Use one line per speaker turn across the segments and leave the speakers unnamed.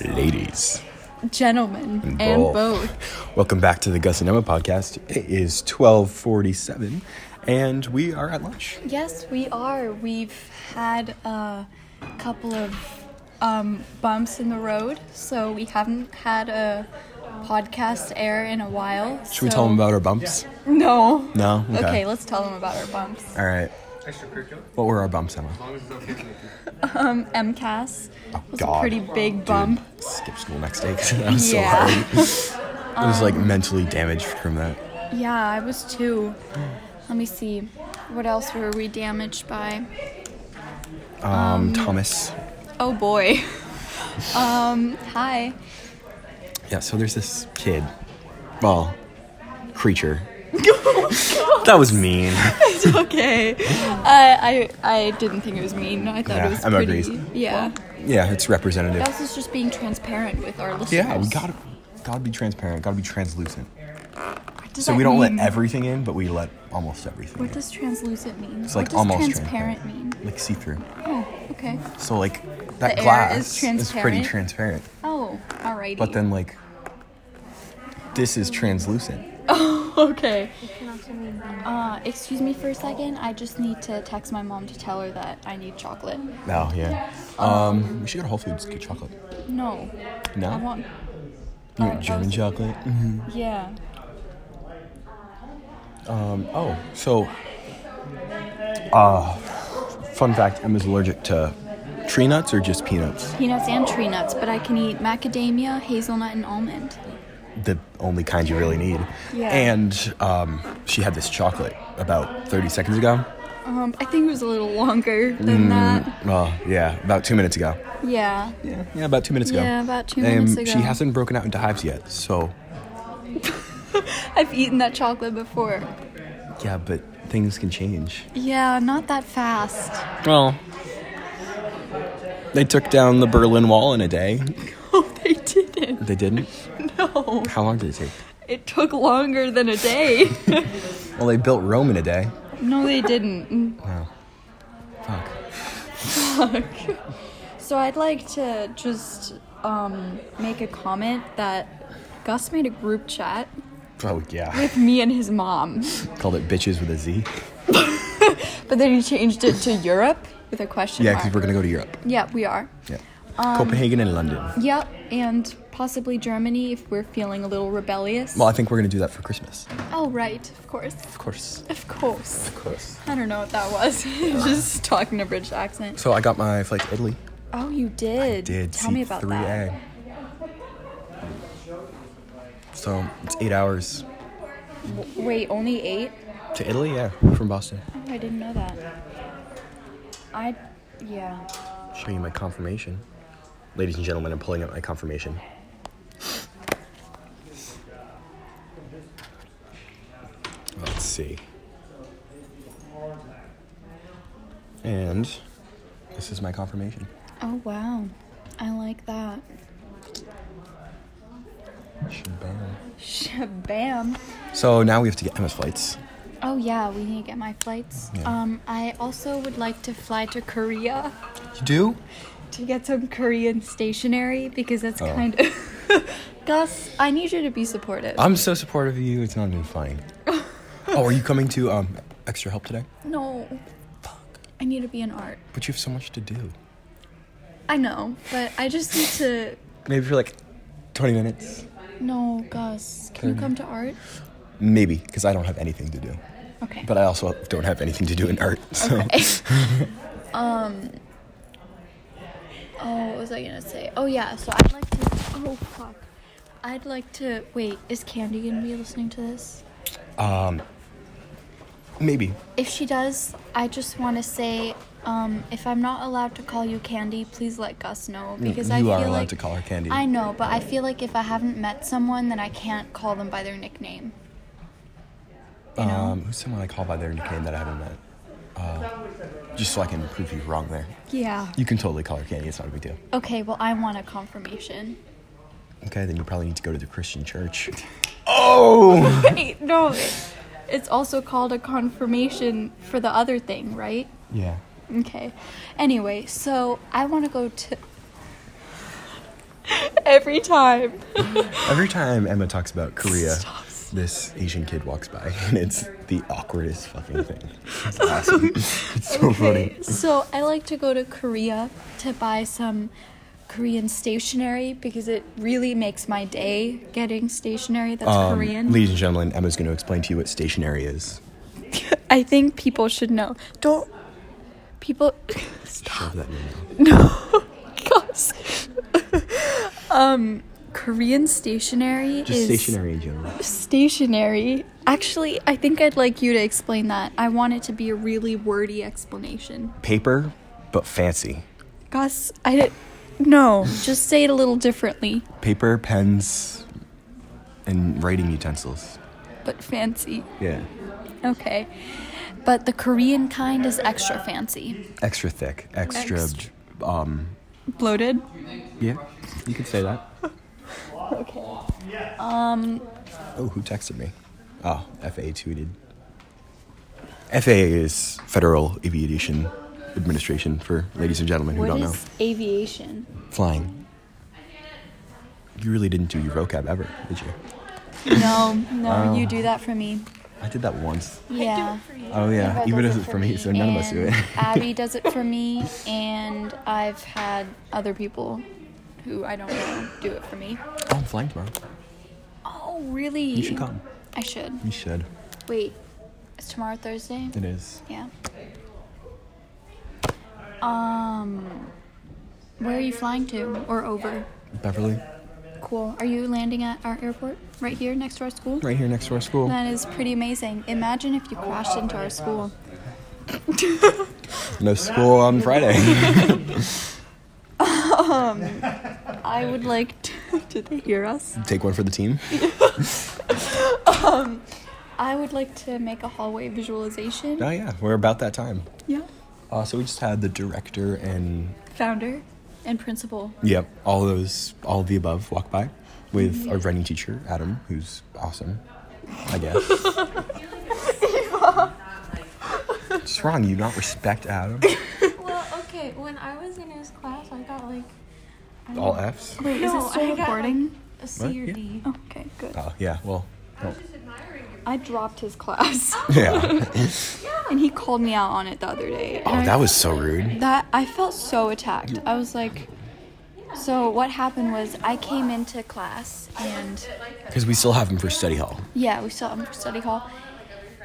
ladies,
Gentlemen and, both.
Welcome back to the Gus and Emma podcast. It is twelve forty-seven, and we are at lunch.
Yes, we are. We've had a couple of um, bumps in the road, so we haven't had a podcast air in a while.
Should we tell them about our bumps?
No.
No.
Okay. let's tell them about our bumps.
All right.
Extracurricular?
What were our bumps, Emma?
As long as it's okay with me.
Um, MCAS was
Oh, God.
a pretty big bump.
Dude, skip school next day 'cause that was
Yeah. um,
so hard. I was like mentally damaged from that.
Yeah, I was too. Let me see. What else were we damaged by?
Um, Thomas.
Oh boy. um, hi.
Yeah. So there's this kid. Well, creature. that was mean.
It's okay. Uh, I I, I didn't think it was mean. I thought
Yeah,
it was
I'm
pretty.
agrees.
Yeah.
Yeah, it's representative.
That was just being transparent with our listeners.
Yeah, we gotta gotta be transparent. Gotta be translucent.
What does
So
that
we don't
mean?
let everything in, but we let almost everything.
What
in.
does translucent mean?
it's like
what does
almost
transparent, mean?
Like see through.
Oh, okay.
So like that
The air is
glass is, pretty
transparent?
transparent,
Oh, alrighty.
but then like this is translucent.
okay. Uh, excuse me for a second. I just need to text my mom to tell her that I need chocolate.
Oh yeah. Um, we should go to Whole Foods get chocolate.
No,
No.
I want.
you
uh,
want German
those-
chocolate? Mm-hmm.
Yeah.
Um, oh, so. Uh, fun fact: Emma's allergic to tree nuts or just peanuts.
Peanuts and tree nuts, but I can eat macadamia, hazelnut, and almond.
the only kind you really need.
Yeah.
And um, she had this chocolate about 30 seconds ago.
Um, I think it was a little longer
Mm.
than that.
Well, yeah, about two minutes ago.
Yeah.
Yeah, yeah, about two minutes ago.
Yeah, about two
and
minutes
She
ago.
hasn't broken out into hives yet, so
I've eaten that chocolate before.
yeah, but things can change.
Yeah, not that fast.
Well, they took down the Berlin Wall in a day.
Oh, they didn't.
They didn't.
No.
How long did it take?
It took longer than a day.
Well, they built Rome in a day.
no, they didn't.
Wow. Fuck.
So I'd like to just um, make a comment that Gus made a group chat
Oh yeah.
with me and his mom,
Called it bitches with a Z.
but then he changed it to Europe with a question
Yeah,
mark.
because we're gonna go to Europe.
yeah, we are.
Yeah.
Um,
Copenhagen and London.
Yep, and possibly Germany if we're feeling a little rebellious.
Well, I think we're gonna do that for Christmas.
Oh, right, of course.
Of course.
Of course.
Of course.
I don't know what that was. Just talking a British accent.
So I got my flight to Italy.
Oh, you did.
Did
Tell me about that.
C3A. So it's eight hours
Wait, only eight?
to Italy, yeah, from Boston.
Oh, I didn't know that. I, yeah.
Show you my confirmation, ladies and gentlemen. I'm pulling up my confirmation. Let's see. And this is my confirmation.
Oh, wow. I like that.
Shabam.
Shabam.
So now we have to get Emma's flights.
Oh, yeah, we need to get my flights. Um, I also would like to fly to Korea
You do?
to get some Korean stationery because that's
Oh.
kind of. Gus, I need you to be supportive.
I'm so supportive of you. It's not even fine. oh, are you coming to um extra help today?
no. I need to be in art.
But you have so much to do.
I know, but I just need to.
Maybe for like 20 minutes.
No, Gus, can you come to art?
Maybe because I don't have anything to do.
Okay.
But I also don't have anything to do in art. So
Um, Oh, what was I gonna say? Oh yeah, so I'd like to. Oh fuck. I'd like to. Wait, is Candy gonna be listening to this?
um, maybe.
If she does, I just want to say, um, if I'm not allowed to call you Candy, please let Gus know because I
Mm, you
feel
are allowed
like
to call her Candy.
I know, but I feel like if I haven't met someone, then I can't call them by their nickname. You know?
Um, who's someone I call by their nickname that I haven't met? Uh, just so I can prove you wrong there.
Yeah.
You can totally call her Candy. It's not a big deal.
Okay. Well, I want a confirmation.
Okay, then you probably need to go to the Christian church. Oh!
Wait, no. it- It's also called a confirmation for the other thing, right?
yeah.
Okay. Anyway, so I want to go to. every time.
Every time Emma talks about Korea,
Stop.
this Asian kid walks by, and it's the awkwardest fucking thing. It's awesome. It's so funny.
So I like to go to Korea to buy some Korean stationery because it really makes my day getting stationery that's
Um,
Korean.
Ladies and gentlemen, Emma's going to explain to you what stationery is.
I think people should know. Don't people
Shove that in your mouth.
no gosh. um Korean stationery
Just
is
stationery in general.
stationary. Actually, I think I'd like you to explain that. I want it to be a really wordy explanation.
Paper, but fancy.
Gus, I did no, just say it a little differently,
Paper, pens, and writing utensils.
but fancy.
Yeah.
Okay. But the Korean kind is extra fancy.
Extra thick. Extra.
Extra.
Um.
Bloated?
Yeah. You could say that.
Okay.
Oh, who texted me? Oh, FAA tweeted. FAA is Federal Aviation Administration for ladies and gentlemen who
What
don't know.
is aviation?
Flying. You really didn't do your vocab ever, did you?
No, no,
Oh.
you do that for me.
I did that once.
Yeah.
Oh yeah,
Eva
Eva
does
does it for me, so none of us do it.
and Abby does it for me, and I've had other people who I don't know do it for me.
Oh, I'm flying tomorrow.
Oh, really?
You should come.
I should.
You should.
Wait, is tomorrow Thursday?
It is.
Yeah. Um, where are you flying to or over?
Beverly,
Cool. Are you landing at our airport right here next to our school?
right here next to our school.
That is pretty amazing. Imagine if you crashed into our school.
No school on Friday.
I would like to. Did they hear us?
Take one for the team.
I would like to make a hallway visualization.
Oh yeah, we're about that time.
Yeah.
Uh, so we just had the director and
Founder and principal.
Yep, all those, all of the above walk by with our running teacher, Adam, who's awesome, I guess. What's wrong? You not respect Adam?
Well, okay, when I was in his class, I got like
All F's?
Wait,
No,
is it still
I got,
recording?
a C
What?
or
Yeah.
D.
Oh, okay, good.
Oh, yeah, well,
I dropped his class,
yeah.
and he called me out on it the other day. and
Oh,
I
that was so rude.
That I felt so attacked. I was like, so what happened was I came into class and
Because we still have him for study hall.
yeah, we still have for study hall,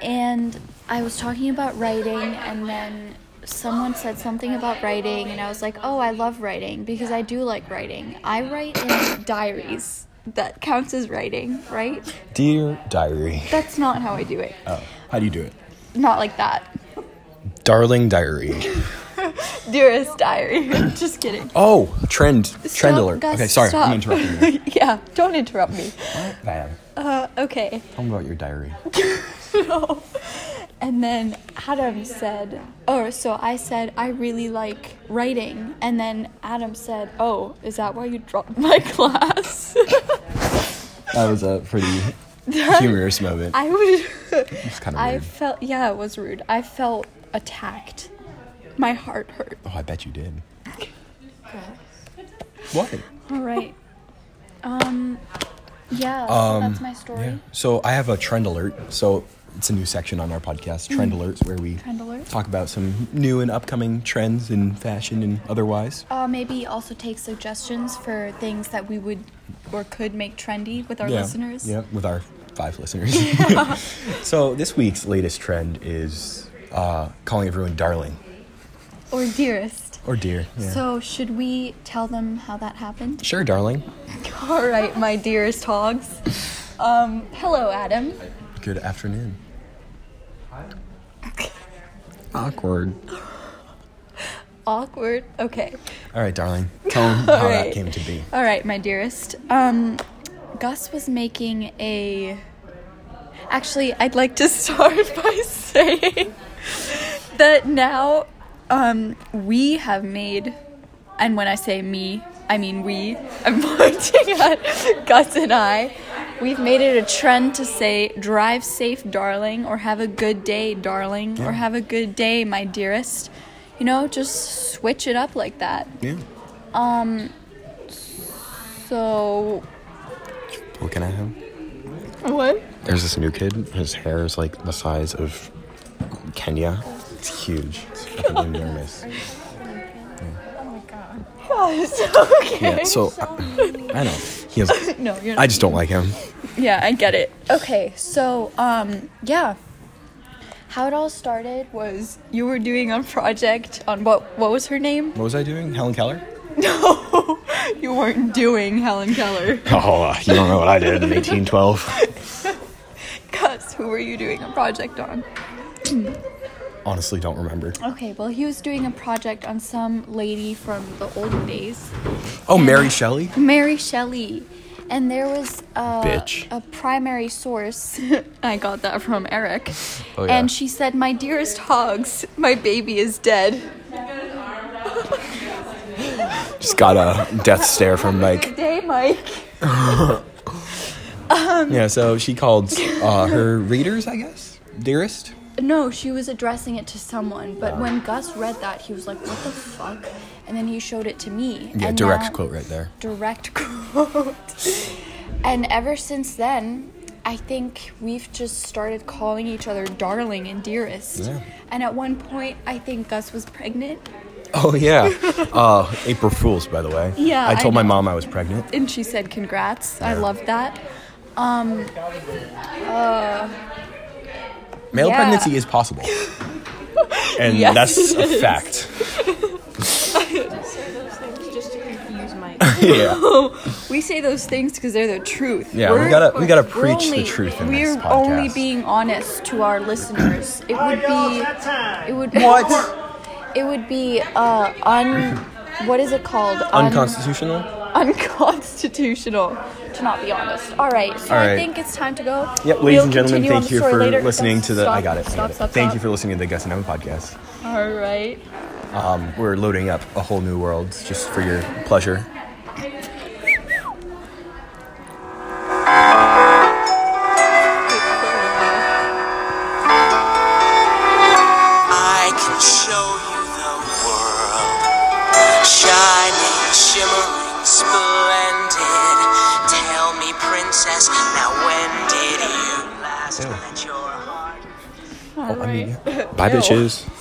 and I was talking about writing, and then someone said something about writing, and I was like, oh, I love writing because I do like writing. I write in diaries. That counts as writing, right?
Dear diary.
That's not how I do it.
Oh, how do you do it?
Not like that.
Darling diary.
Dearest diary. Just kidding.
Oh, trend. Trend
Stop,
alert.
Gus,
Okay, sorry,
stop.
I'm interrupting you.
yeah, don't interrupt me.
Bam.
Uh, okay.
Tell me about your diary.
No. And then Adam said, or so I said, I really like writing. And then Adam said, Oh, is that why you dropped my class?
That was a pretty humorous moment.
I would.
kinda
I
rude.
felt, yeah, it was rude. I felt attacked. My heart hurt.
Oh, I bet you did. What?
All right. Um, yeah, so that's my story.
Um, Yeah. So I have a trend alert. So it's a new section on our podcast, Trend Alerts, where we
Mm-hmm. Trend alert.
talk about some new and upcoming trends in fashion and otherwise.
Uh, maybe also take suggestions for things that we would or could make trendy with our listeners.
Yeah, with our five listeners. so this week's latest trend is uh, calling everyone darling
Or dearest.
or dear. Yeah.
So, should we tell them how that happened?
sure, darling.
All right, my dearest hogs. Um, hello, Adam.
Good afternoon. Awkward.
Awkward. Okay.
All right, darling. Tell them how that
right.
came to be.
All right, my dearest. Um, Gus was making a. Actually, I'd like to start by saying that now um, we have made, and when I say me, I mean we. I'm pointing at Gus and I. We've made it a trend to say "drive safe, darling," or "have a good day, darling," or "have a good day, my dearest." You know, just switch it up like that.
Yeah.
So
Looking at him.
what?
There's this new kid. His hair is like the size of Kenya. It's huge. It's fucking enormous.
okay.
Yeah. So I, I know. He has.
No, you're not.
I just don't like him.
Yeah, I get it. Okay, so um yeah. How it all started was you were doing a project on what what was her name?
What was I doing? Helen Keller.
No. You weren't doing Helen Keller.
Oh, uh, you don't know what I did in 1812.
Gus, who were you doing a project on?
Honestly, don't remember.
Okay, well he was doing a project on some lady from the olden days.
Oh, Mary Shelley.
Mary Shelley. And there was a,
Bitch.
a primary source. I got that from Eric.
Oh, yeah.
And she said, My dearest hogs, my baby is dead.
Just got a death stare from Mike.
Day, Mike.
Yeah. So she called uh, her readers, I guess, dearest.
No, she was addressing it to someone, but when Gus read that, he was like, What the fuck? And then he showed it to me.
Yeah,
and
direct
now-
quote right there.
Direct quote. and ever since then, I think we've just started calling each other darling and dearest.
Yeah.
And at one point, I think Gus was pregnant,
Oh yeah. Uh, April Fools, by the way.
Yeah,
I told
I
my
know.
mom I was pregnant.
and she said, Congrats. I
Yeah.
love that. Um,
Male
Yeah.
pregnancy is possible. And
Yes,
that's
it
a fact.
Say those things just to confuse Mike.
yeah.
we say those things because they're the truth.
Yeah, we
We're-
gotta we gotta
we're
preach
only-
the truth in
We're
this podcast.
only being honest to our listeners. It would be. It would.
What?
It would be uh un. What is it called? Un-
unconstitutional?
unconstitutional to not be honest. All right, so
All
I
right.
think it's time to go.
Yep, ladies
We'll
and gentlemen,
continue on
thank
the
you
story
for
later.
listening to the
Stop,
I got it. I
Stop,
got it.
stop,
thank
stop.
you for listening to the Gus and Owen podcast.
All right.
Um, we're loading up a whole new world just for your pleasure.
I can show you the world. Shining, shimmering, splendid. Tell me, princess, now when did you last
Ew.
let your heart?
Oh, I mean, yeah. Bye bitches.